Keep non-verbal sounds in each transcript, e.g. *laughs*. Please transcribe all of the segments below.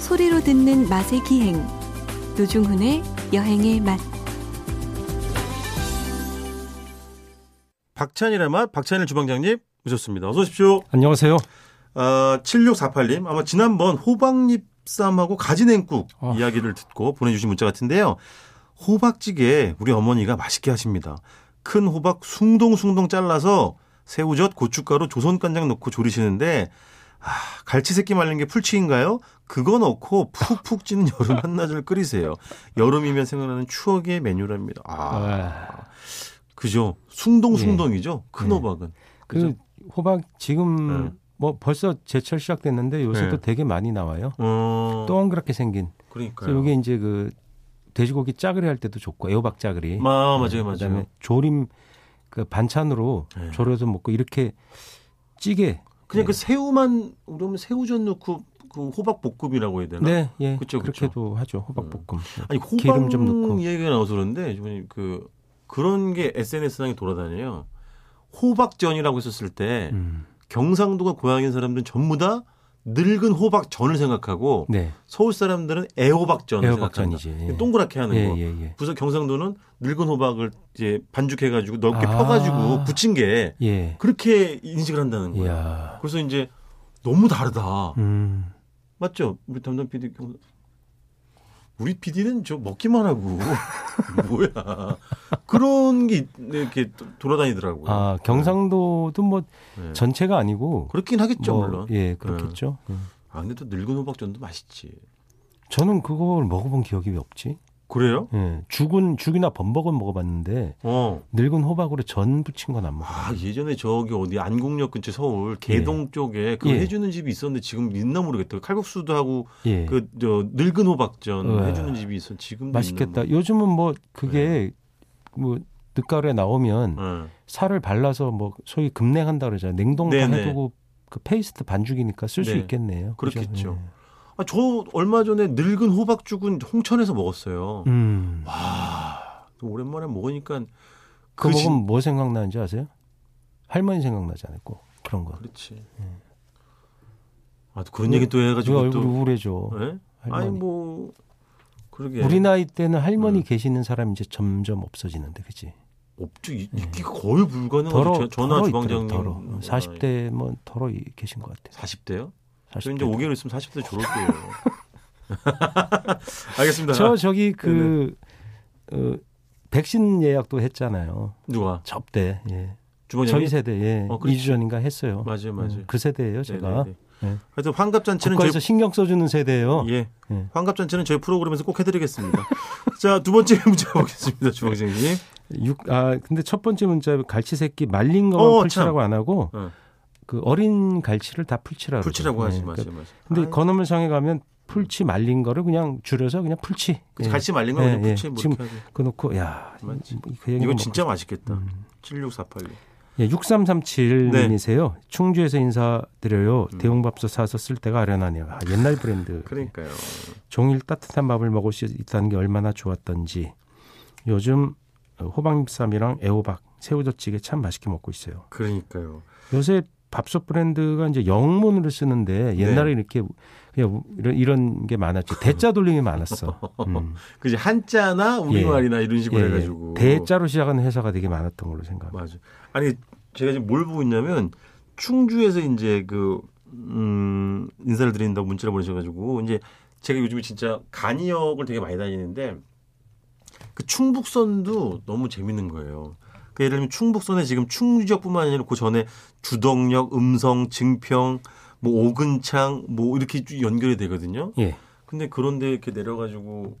소리로 듣는 맛의 기행 노중훈의 여행의 맛 박찬일의 맛, 박찬일 주방장님 모셨습니다. 어서 오십시오. 안녕하세요. 아, 7648님 아마 지난번 호박잎쌈하고 가지냉국 아. 이야기를 듣고 보내주신 문자 같은데요. 호박찌개 우리 어머니가 맛있게 하십니다. 큰 호박 숭동숭동 잘라서 새우젓, 고춧가루, 조선간장 넣고 조리시는데 아, 갈치새끼 말린 게 풀치인가요? 그거 넣고 푹푹 찌는 여름 한나절 끓이세요. 여름이면 생각나는 추억의 메뉴랍니다. 아, 아, 그죠? 숭동숭동이죠. 큰 네. 호박은. 그 그죠? 호박 지금 네. 뭐 벌써 제철 시작됐는데 요새 네. 또 되게 많이 나와요. 어, 동그랗게 생긴. 그러니까요. 그래서 이게 이제 그 돼지고기 짜글이 할 때도 좋고 애호박 짜글이. 마, 맞아요, 맞아요. 네, 그다음에 조림 그 반찬으로 네. 졸여서 먹고 이렇게 찌개. 그냥 네. 그 새우만 그러면 새우젓 넣고 그 호박 볶음이라고 해야 되나? 네, 예, 그쵸, 렇게도 하죠 호박 볶음. 아니 호박 기름 좀 넣고. 얘기가 나와서 그런데 이번에 그 그런 게 SNS상에 돌아다녀요. 호박전이라고 했었을 때 음, 경상도가 고향인 사람들은 전부 다 늙은 호박전을 생각하고 네, 서울 사람들은 애호박전을 생각합니다. 애호박전이지. 예. 동그랗게 하는 예, 거. 예, 예. 부서 경상도는 늙은 호박을 이제 반죽해가지고 넓게 아. 펴가지고 부친 게 예. 그렇게 인식을 한다는 거예요. 이야. 그래서 이제 너무 다르다. 음. 맞죠? 우리 담당 PD 경- 우리 PD는 저 먹기만 하고 *laughs* 뭐야 그런 게 있- 이렇게 도- 돌아다니더라고요. 아 경상도도 뭐 네. 전체가 아니고 그렇긴 하겠죠 뭐, 물론. 네. 예 그렇겠죠. 예. 아 근데 또 늙은 호박전도 맛있지. 저는 그걸 먹어본 기억이 왜 없지? 그래요? 예, 죽은 죽이나 범벅은 먹어봤는데 어. 늙은 호박으로 전 부친 건 안 먹어. 아 예전에 저기 어디 안국역 근처 서울 개동 쪽에 그 예. 해주는 집이 있었는데 지금 있나 모르겠다. 칼국수도 하고 예, 그 저 늙은 호박전 우와. 해주는 집이 있어. 지금 맛있겠다. 음. 요즘은 뭐 그게 네. 뭐 늦가을에 음. 나오면 예. 살을 발라서 뭐 소위 급냉한다 그러잖아요. 냉동만 네네. 해두고 그 페이스트 반죽이니까 쓸 수 네. 있겠네요. 그죠? 그렇겠죠. 예. 아, 저 얼마 전에 늙은 호박죽은 홍천에서 먹었어요. 음. 와, 또 오랜만에 먹으니까 그 그 먹으면 진- 뭐 생각나는지 아세요? 할머니 생각나지 않고 그런 거. 그렇지. 아, 또 그런 얘기 또 왜 해가지고 예. 얼굴이 또. 우울해져? 예? 할머니. 아니 뭐 그러게. 우리 나이 때는 할머니 음. 계시는 사람이 이제 점점 없어지는데 그지 업주 있기가 거의 불가능하죠. 예. 더러 어, 전화 더러 주방장님. 어, 있더라, 더러 40대 뭐 더러 이- 계신 것 같아요 40대요? 저 40대 이제 5개월 있으면 40대 *laughs* 졸업이에요. *laughs* 알겠습니다. *laughs* 저 저기 그 어, 백신 예약도 했잖아요 누가 접대 예. 저희 주방장님? 세대 예. 어, 그렇지. 2주 전인가 했어요 맞아요, 맞아요. 음, 그 세대예요 제가 네네네. 네. 하여튼 환갑잔치는 저희 국가에서 신경 써주는 세대예요 예. 예. 환갑잔치는 저희 프로그램에서 꼭 해드리겠습니다. *laughs* 자, 두 번째 문제 보겠습니다, 주방장님. 예. 육- 아 근데 첫 번째 문자 갈치새끼 말린 거만 어, 풀치라고 안 하고 어. 그 어린 갈치를 다 풀치라고 불치라고 그러죠. 하지 예, 마세요. 마세요. 근데 아이, 건어물상에 가면 풀치 말린 거를 그냥 줄여서 그냥 풀치. 그치, 예. 갈치 말린 거 그냥 예, 예. 부채 뭐 지금 이렇게 하고. 그거 놓고 야 맞지. 이- 그 얘기 음. 이거 먹- 진짜 맛있겠다. 7648. 예, 6337님이세요. 충주에서 인사드려요. 네. 음. 대용밥솥 사서 쓸 때가 아련하네요. 아, 옛날 브랜드. *laughs* 그러니까요. 종일 따뜻한 밥을 먹을 수 있다는 게 얼마나 좋았던지. 요즘 호박잎쌈이랑 애호박, 새우젓찌개 참 맛있게 먹고 있어요. 그러니까요. 요새 밥솥 브랜드가 이제 영문으로 네. 쓰는데 옛날에 이렇게 그냥 이런, 이런 게 많았죠. 대자 돌림이 *laughs* 많았어. 음. 그지 한자나 우리말이나 이런 식으로 예, 예. 해가지고. 대자로 시작하는 회사가 되게 많았던 걸로 생각합니다. 맞아. 아니 제가 지금 뭘 보고 있냐면 충주에서 이제 그 음, 인사를 드린다고 문자를 보내셔가지고 이제 제가 요즘에 진짜 간이역을 되게 많이 다니는데 그 충북선도 너무 재밌는 거예요. 그 예를 들면 충북선에 지금 충주역뿐만 아니라 그 전에 주덕역, 음성, 증평, 뭐 오근창 뭐 이렇게 쭉 연결이 되거든요. 예. 근데 그런데 이렇게 내려가지고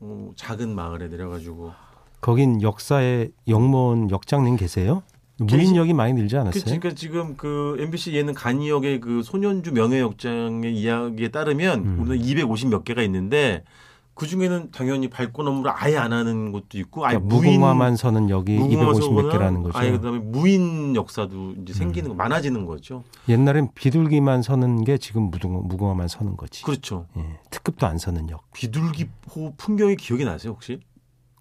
어, 작은 마을에 내려가지고 거긴 역사의 영문 역장님 계세요? 무인역이 많이 늘지 그, 않았어요? 그러니까 지금 그 MBC 예능 간이역의 그 소년주 명예역장의 이야기에 따르면 음. 우리는 250 몇 개가 있는데 그 중에는 당연히 발권 업무를 아예 안 하는 곳도 있고 아예 그러니까 무궁화만 서는 역이 250 몇 개라는 거죠. 음. 아예 그다음에 무인 역사도 이제 생기는 거 많아지는 거죠. 옛날엔 비둘기만 서는 게 지금 무궁, 무궁화만 서는 거지. 그렇죠. 예, 특급도 안 서는 역. 비둘기호 풍경이 기억이 나세요 혹시?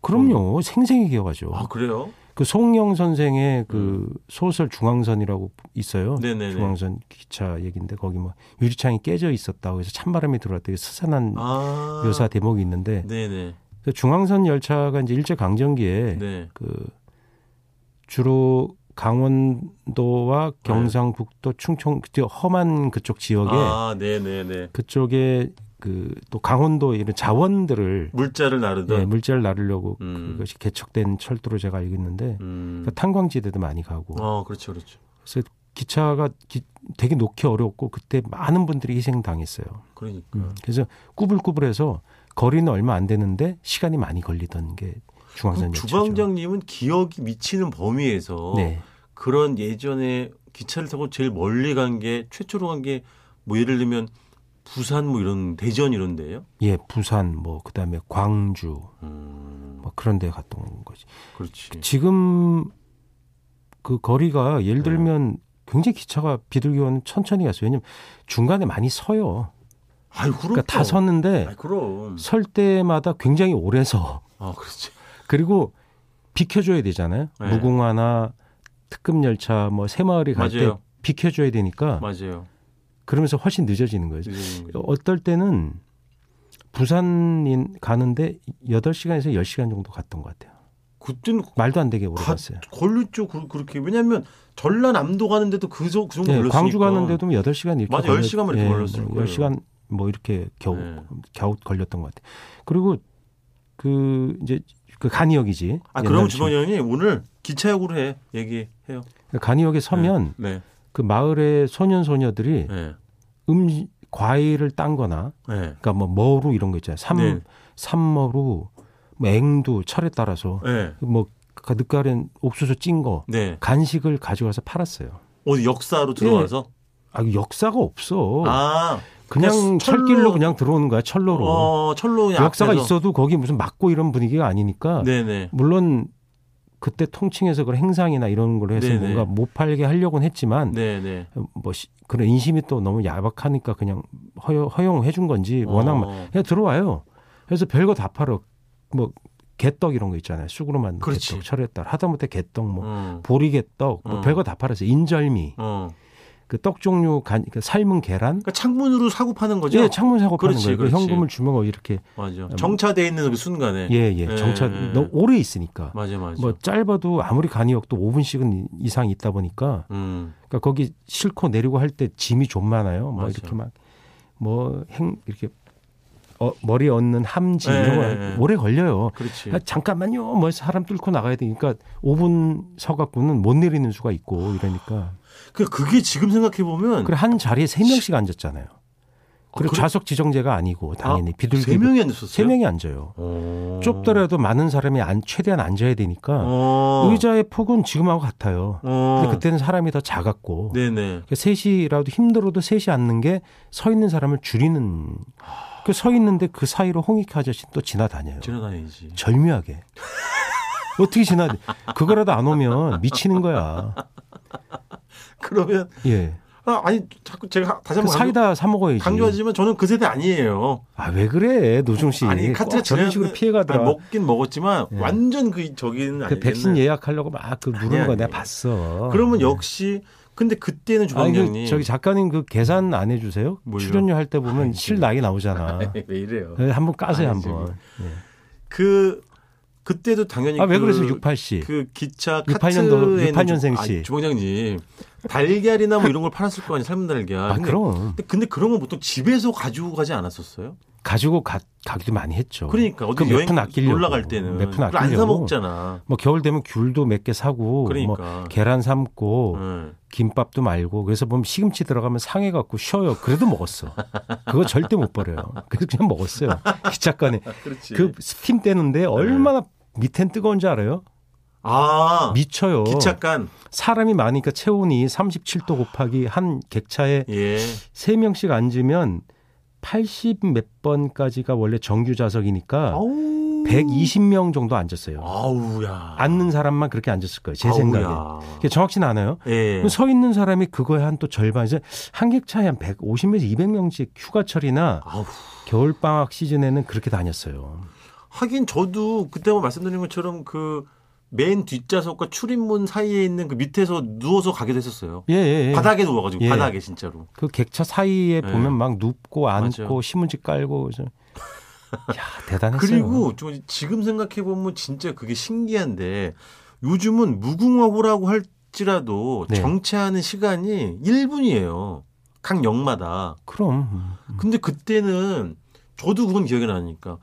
그럼요. 생생히 기억하죠. 음. 아 그래요? 그 송영 선생의 그 소설 중앙선이라고 있어요. 네네네. 중앙선 기차 얘기인데 거기 뭐 유리창이 깨져 있었다고 해서 찬바람이 들어왔다. 이게 스산한 아. 묘사 대목이 있는데 네네. 그 중앙선 열차가 이제 일제 강점기에 네. 그 주로 강원도와 경상북도, 충청 그 험한 그쪽 지역에 네. 아, 네네네. 그쪽에 그 또 강원도 이런 자원들을 물자를 나르던. 예, 물질을 나르려고 네. 음. 그것이 개척된 철도로 제가 알고 있는데 음. 그러니까 뭐. 탄광지대도 많이 가고 어, 그렇죠, 그렇죠. 그래서 기차가 기- 되게 놓기 어려웠고 그때 많은 분들이 희생당했어요. 음. 그러니까. 그래서 꾸불꾸불해서 거리는 얼마 안 되는데 시간이 많이 걸리던 게 중앙선 그럼 열차죠. 주방장님은 기억이 미치는 범위에서 네. 그런 예전에 기차를 타고 제일 멀리 간 게 최초로 간 게 뭐 예를 들면 부산 뭐 이런 대전 이런데요. 예, 부산 뭐 그다음에 광주 음, 뭐 그런 데 갔던 거지. 그렇지. 지금 그 거리가 예를 네. 들면 굉장히 기차가 비둘기와는 천천히 갔어요. 왜냐면 중간에 많이 서요. 아유, 그럼 그러니까 다 섰는데 아, 그럼. 설 때마다 굉장히 오래 서 *laughs* 아, 그렇지. 그리고 비켜줘야 되잖아요. 네. 무궁화나 특급 열차 뭐 새마을이 갈 때 맞아요. 비켜줘야 되니까 맞아요. 그러면서 훨씬 늦어지는 거예요. 늦어지는 거죠. 네. 어떨 때는 부산인 가는데 8시간에서 10시간 정도 갔던 것 같아요. 그때는 말도 안 되게 오래 가- 갔어요. 걸렸죠. 그, 그렇게. 왜냐면 전라남도 가는데도 그, 정- 그 정도 예, 걸렸으니까. 광주 가는데도 8시간 이렇게 맞아, 10시간 이렇게 걸렸을 거예요. 10시간 뭐 이렇게 겨우 네. 겨우 걸렸던 것 같아요. 그리고 그 이제 그 간이역이지. 아, 옛날 그럼 지- 주방장님 오늘 기차역으로 해. 얘기해요. 그 간이역에 서면 네. 그 마을의 소년 소녀들이 네. 음 과일을 딴거나 네. 그러니까 뭐 머루 이런 거 있잖아요. 삼 네. 삼머루, 뭐 앵두 철에 따라서 네. 뭐 가득가른 옥수수 찐 거 네. 간식을 가져가서 팔았어요. 어디 역사로 들어와서 아 이거 역사가 없어. 아 그냥 그냥 철로- 철길로 그냥 들어오는 거야 철로로. 어, 철로 그냥 역사가 앞에서. 있어도 거기 무슨 막고 이런 분위기가 아니니까 네네. 물론 그때 통칭해서 그런 행상이나 이런 걸 해서 네네. 뭔가 못 팔게 하려고는 했지만 네네. 뭐 시- 그런 인심이 또 너무 야박하니까 그냥 허용, 허용해 준 건지 워낙 막- 어, 그냥 들어와요. 그래서 별거 다 팔어. 뭐 개떡 이런 거 있잖아요. 쑥으로 만든 그렇지. 개떡, 철에떡 하다못해 개떡 뭐 어. 보리개떡 뭐 어. 별거 다 팔았어요. 인절미 어. 그 떡 종류 간 그러니까 삶은 계란. 그러니까 창문으로 사고 파는 거죠? 예, 창문 사고 파는 그렇지, 거예요. 그 그렇지. 현금을 주면 이렇게 맞아. 정차돼 있는 그 순간에. 예, 예. 예, 정차 예. 너무 오래 있으니까. 맞아 맞아. 뭐 짧아도 아무리 간이역도 5분씩은 이상 있다 보니까 음. 그러니까 거기 싣고 내리고 할 때 짐이 좀 많아요. 뭐 맞아요. 이렇게 막 뭐 행 이렇게 어, 머리 얹는 함지 예, 이런 예, 거 예. 오래 걸려요. 그렇지. 아, 잠깐만요. 뭐 사람 뚫고 나가야 되니까 5분 서갖고는 못 내리는 수가 있고 이러니까 그 그게 지금 생각해 보면 그래 한 자리에 세 명씩 앉았잖아요. 그리고 아. 그래- 좌석 지정제가 아니고 당연히 비둘기 뭐- 세 명이 앉았었어요. 세 명이 앉아요. 어. 좁더라도 많은 사람이 안, 최대한 앉아야 되니까 어. 의자의 폭은 지금하고 같아요. 어. 근데 그때는 사람이 더 작았고 네네. 그러니까 셋이라도 힘들어도 셋이 앉는 게 서 있는 사람을 줄이는 그 서 있는데 그 사이로 홍익희 아저씨는 또 지나다녀요. 지나다니지. 절묘하게 어떻게 지나 그거라도 안 오면 미치는 거야. *laughs* 그러면 예. 아, 아니 자꾸 제가 다시 그 한번 사이다 사 먹어야지. 강조하지만 저는 그 세대 아니에요. 아 왜 그래 노중 씨? 아니 카트가 꼭 저런 식으로 지나가는- 피해가더라. 아니, 먹긴 먹었지만 예. 완전 그 저기는 그 아니겠네. 백신 예약하려고 막 그 아니, 누르는 거 아니. 내가 봤어. 그러면 예. 역시 근데 그때는 아니, 그 주방장님 저기 작가님 그 계산 안 해주세요? 뭘요? 출연료 할 때 보면 실 나이 나오잖아. 왜 이래요? 예, 한번 까세요 아니, 저기. 한번. 그 그때도 당연히 아 왜 그, 그러세요 68씨? 그 기차 68년도 카트에는 68년생 주- 씨. 아니, 주방장님 달걀이나 뭐 이런 걸 팔았을 거 아니에요 삶은 달걀. 아 근데, 그럼 근데, 근데 그런 건 보통 집에서 가지고 가지 않았었어요? 가지고 가, 가기도 많이 했죠. 그러니까 그 어디 몇푼 여행 아끼려고. 놀러 갈 때는 몇푼 안사 아끼려고. 먹잖아. 뭐 겨울 되면 귤도 몇 개 사고 뭐 그러니까. 계란 삶고 응. 김밥도 말고 그래서 보면 시금치 들어가면 상해 갖고 쉬어요. 그래도 먹었어. 그거 절대 못 버려요. 그래서 그냥 먹었어요. 기차간에 아, 그렇지. 그 스팀 떼는데 얼마나 밑엔 뜨거운지 알아요? 아 미쳐요. 기차간 사람이 많으니까 체온이 37도 곱하기 한 객차에 예. 세명씩 앉으면 80 몇 번까지가 원래 정규 좌석이니까 아우. 120명 정도 앉았어요. 아우야. 앉는 사람만 그렇게 앉았을 거예요. 제 생각에. 아우야. 그게 정확치는 않아요. 예. 그럼 서 있는 사람이 그거에 한 또 절반이죠. 한객차에 한 150에서 200명씩 휴가철이나 아우. 겨울방학 시즌에는 그렇게 다녔어요. 하긴 저도 그때 한번 말씀드린 것처럼 그 맨 뒷좌석과 출입문 사이에 있는 그 밑에서 누워서 가기도 했었어요. 예, 예, 예. 바닥에 누워가지고 예. 바닥에 진짜로. 그 객차 사이에 네. 보면 막 눕고 앉고 맞아요. 신문지 깔고 그래서 야 대단했어요. 그리고 저 지금 생각해 보면 진짜 그게 신기한데 요즘은 무궁화호라고 할지라도 네. 정체하는 시간이 1분이에요. 각 역마다. 그럼 음, 근데 그때는 저도 그건 기억이 나니까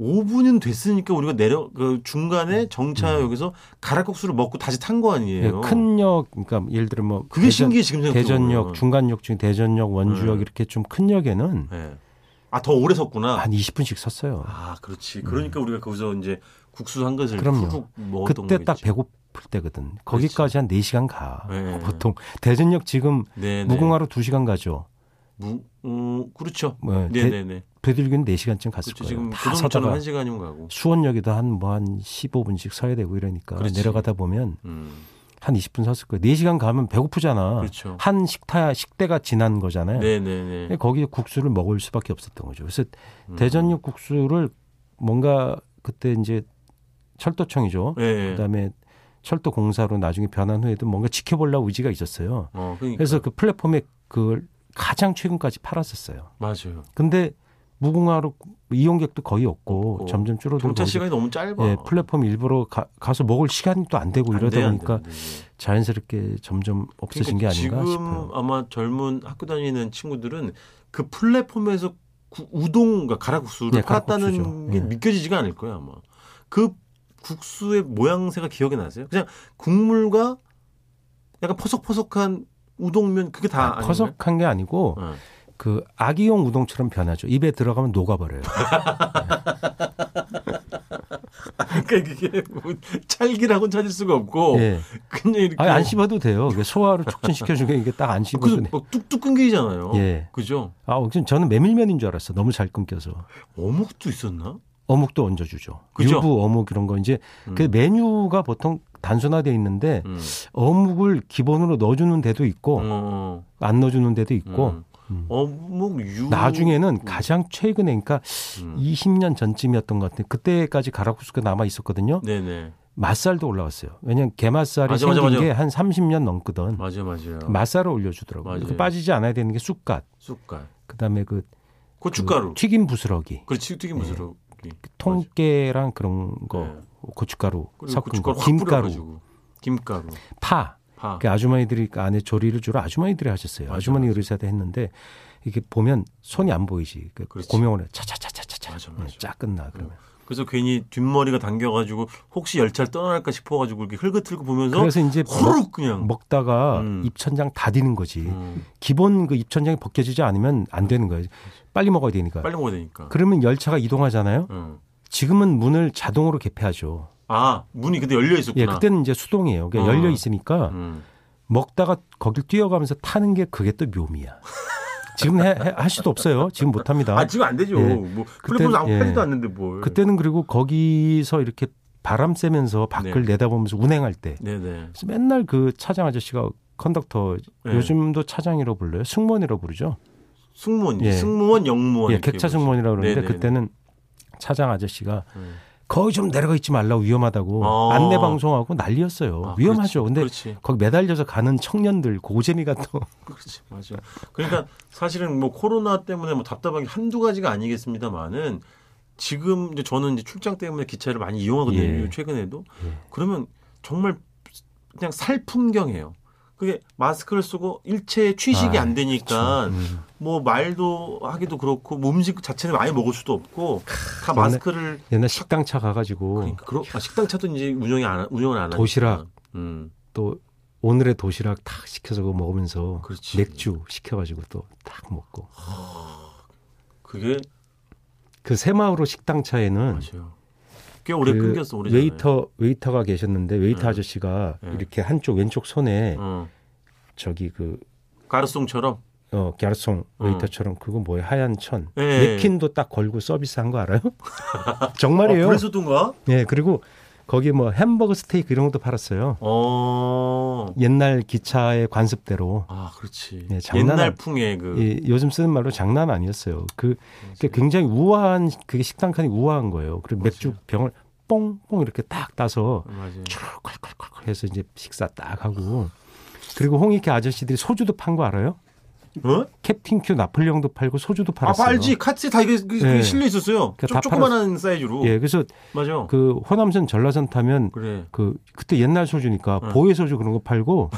5분은 됐으니까 우리가 내려 그 음. 중간에 정차역에서 가락국수를 먹고 다시 탄 거 예, 아니에요. 큰역 그러니까 예를 들어 뭐 그게 신기해 지금 생각해 대전역 중간역 중에 대전역 원주역 네. 이렇게 좀 큰 역에는 예. 아더 오래 섰구나. 한 20분씩 섰어요. 아 그렇지. 그러니까 우리가 거기서 이제 국수 한 그릇을 음. 그럼요. 푹 먹었던 그때 딱 거겠지. 배고플 때거든. 거기까지 한 4시간 가. 네. 보통 대전역 지금 네네. 무궁화로 2시간 가죠. 무, 음, 그렇죠. 뭐 대, 네네네. 되돌기는 4시간쯤 갔을 그렇죠. 거예요. 지금 다 고등처럼 서다가 한 시간이면 가고. 수원역에도 한 뭐 한 15분씩 서야 되고 이러니까 그렇지. 내려가다 보면 음, 한 20분 섰을 거예요. 4시간 가면 배고프잖아. 그렇죠. 한 식타 식대가 지난 거잖아요. 네네네. 거기에 국수를 먹을 수밖에 없었던 거죠. 그래서 음. 네. 대전역 국수를 뭔가 그때 이제 철도청이죠. 네. 그다음에 철도 공사로 나중에 변한 후에도 뭔가 지켜보려고 의지가 있었어요. 어, 그러니까. 그래서 그 플랫폼에 그걸 가장 최근까지 팔았었어요. 맞아요. 근데 무궁화로 이용객도 거의 없고 없고. 점점 줄어들고 정차 시간이 너무 짧아. 예, 플랫폼 일부러 가, 서 먹을 시간도 안 되고 안뭐 이러다 돼, 안 보니까 돼, 안 돼. 자연스럽게 점점 없어진 그러니까 게 아닌가 지금 싶어요. 아마 젊은 학교 다니는 친구들은 그 플랫폼에서 구- 우동, 그 가라국수를 네, 팔았다는 가락국수죠. 게 예. 믿겨지지가 않을 거예요 아마. 그 국수의 모양새가 기억이 나세요? 그냥 국물과 약간 퍼석퍼석한 우동면 그게 다 아닌가요? 퍼석한 게 아니고 예. 그 아기용 우동처럼 변하죠. 입에 들어가면 녹아버려요. *laughs* 그러니까 이게 뭐 찰기라고는 찾을 수가 없고 예. 그냥 이렇게 아니, 안 씹어도 돼요. 이게 소화를 촉진시켜주게 이게 딱 안 씹어도 아, 그래서 돼. 막 뚝뚝 끊기잖아요. 예. 그죠? 아, 지금 저는 메밀면인 줄 알았어. 너무 잘 끊겨서. 어묵도 있었나? 어묵도 얹어주죠. 그죠? 유부 어묵 이런 거 이제 그 음. 메뉴가 보통 단순화돼 있는데 음. 어묵을 기본으로 넣어주는 데도 있고 어, 안 넣어주는 데도 음. 있고 음. 어묵 유 나중에는 가장 최근에 그러니까 음. 20년 전쯤이었던 것 같아요. 그때까지 가라쿠스가 남아 있었거든요. 네네 맛살도 올라왔어요. 왜냐하면 게맛살이 맞아, 맞아, 생긴 맞아. 게 한 30년 넘거든. 맞아 맞아요 맛살을 올려주더라고요. 맞아요. 그 빠지지 않아야 되는 게 쑥갓. 쑥갓 그다음에 그 고춧가루 그 튀김 부스러기, 그렇지 튀김 무스로 통깨랑 그런 거, 네. 고춧가루 그리고 섞은 거, 고춧가루 확 김가루, 뿌려가지고 김가루 파. 파 그 아주머니들이 그 안에 조리를 주로 아주머니들이 하셨어요. 맞아, 아주머니 요리사도 했는데 이게 보면 손이 안 보이지. 그 그렇지. 고명을 해요. 차차차차차차 네, 맞아, 맞아. 음. 쫙 끝나 그러면. 그래서 괜히 뒷머리가 당겨가지고 혹시 열차를 떠날까 싶어가지고 이렇게 흘긋흘긋 보면서 그래서 이제 먹, 어, 호룩 그냥 다가 음. 입천장 다 디는 거지. 음, 기본 그 입천장이 벗겨지지 않으면 안 되는 거예요. 빨리 먹어야 되니까. 빨리 먹어야 되니까 네. 그러면 열차가 이동하잖아요. 음. 지금은 문을 자동으로 개폐하죠. 아 문이 근데 열려 예, 있었구나 그때는 이제 수동이에요. 그러니까 어. 열려 있으니까 음. 먹다가 거길 뛰어가면서 타는 게 그게 또 묘미야. 지금 해- 해- 할 수도 없어요. 지금 못 합니다. 아 지금 안 되죠 예. 뭐 플랫폼 아무 예. 팔지도 않는데 뭘 그때는 그리고 거기서 이렇게 바람 쐬면서 밖을 네. 내다보면서 운행할 때 네네 그래서 맨날 그 차장 아저씨가 컨덕터 예. 요즘도 차장이라고 불러요. 승무원이라고 부르죠. 승무원 예. 승무원 영무원 예, 이렇게 객차 해보죠. 승무원이라고 그러는데 네네네. 그때는 차장 아저씨가 음. 거기 좀 내려가 있지 말라고 위험하다고 아. 안내 방송하고 난리였어요. 아, 뭐 그렇지, 위험하죠. 근데 그렇지. 거기 매달려서 가는 청년들 고재미가 또 그렇지 맞아. 그러니까 사실은 뭐 코로나 때문에 뭐 답답한 게 한두 가지가 아니겠습니다만은 지금 이제 저는 이제 출장 때문에 기차를 많이 이용하거든요. 예. 최근에도 예. 그러면 정말 그냥 살풍경해요. 그게 마스크를 쓰고 일체의 취식이 아, 안 되니까 음. 뭐 말도 하기도 그렇고 뭐 음식 자체는 아예 먹을 수도 없고 다 정말. 마스크를 *laughs* 옛날 식당 차 가가지고 그러니까 그러, 아, 식당 차도 이제 운영이 안 운영을 안 하니까. 도시락. 음. 또 오늘의 도시락 탁 시켜서 그거 먹으면서 그렇지. 맥주 시켜가지고 또 딱 먹고 그게 그 새마을호 식당 차에는 맞아요. 꽤 오래 그 끊겼어 오래 웨이터 웨이터가 계셨는데 웨이터 네. 아저씨가 네. 이렇게 한쪽 왼쪽 손에 어. 저기 그 가르송처럼 어, 갸르송 어. 웨이터처럼 그거 뭐예요 하얀 천 예. 냅킨도 딱 걸고 서비스한 거 알아요? *laughs* 정말이에요. 아, 그래서든가? 예 그리고 거기 뭐 햄버거 스테이크 이런 것도 팔았어요. 어. 옛날 기차의 관습대로 아, 그렇지. 네, 장난 옛날 아니- 풍의 그 예, 요즘 쓰는 말로 장난 아니었어요. 그 그게 굉장히 우아한 그게 식당 칸이 우아한 거예요. 그리고 맥주 병을 뽕뽕 이렇게 딱 따서 맞아요. 콜콜콜콜 해서 이제 식사 딱 하고 그리고 홍익회 아저씨들이 소주도 판 거 알아요? 어? 캡틴 큐 나폴레옹도 팔고 소주도 아, 팔았어요. 팔지. 카트에 다 이게, 그게 네. 실려 있었어요. 그러니까 조, 다 조그만한 사이즈로. 예, 그래서 맞아. 그, 그 호남선 전라선 타면 그래. *laughs* 그 그때 옛날 소주니까 네. 보혜 소주 그런 거 팔고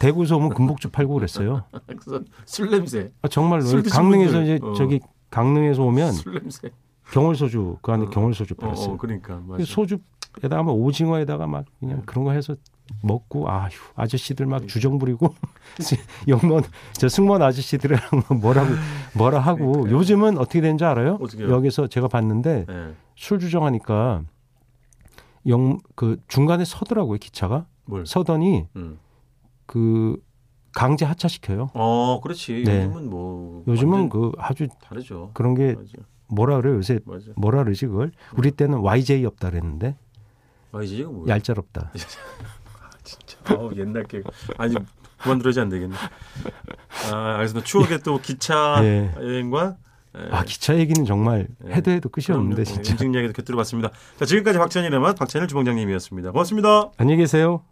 대구에서 오면 금복주 팔고 그랬어요. 그래서 술 냄새. 아, 정말로 술 드신 강릉에서 분들, 이제 어. 저기 강릉에서 오면 술 냄새. 경월 소주 그 안에 어. 경월 소주 어, 팔았어요. 어, 그러니까. 맞아. 그 소주에다가 막 오징어에다가 막 네. 그냥 그런 거 해서 먹고 아휴 아저씨들 막 주정 부리고 *laughs* 영문 저 승무원 아저씨들이랑 막 뭐라고 뭐라 하고 그러니까요. 요즘은 어떻게 되는지 알아요? 어떻게요? 여기서 제가 봤는데 예. 술 주정하니까 영 그 중간에 서더라고요 기차가 뭘. 서더니 음. 그 강제 하차시켜요. 어, 그렇지. 네. 요즘은 뭐. 요즘은 완전 그 아주 다르죠. 그런 게 맞아. 뭐라 그래요 요새 맞아. 뭐라 그러지 그걸 우리 때는 YJ 없다 그랬는데 아, 이제 이거 뭐야? 얄짤없다. 아, 진짜. 아우, 옛날 게 아니 그만 들어지 안 되겠네. 아, 알겠습니다. 추억의 또 기차 예. 여행과 예, 아 기차 얘기는 정말 예. 해도 해도 끝이 없는데 그럼요. 진짜. 인증 이야기도 곁들여봤습니다. 자, 지금까지 박찬일의 맛 박찬일 주방장님이었습니다. 고맙습니다. 안녕히 계세요.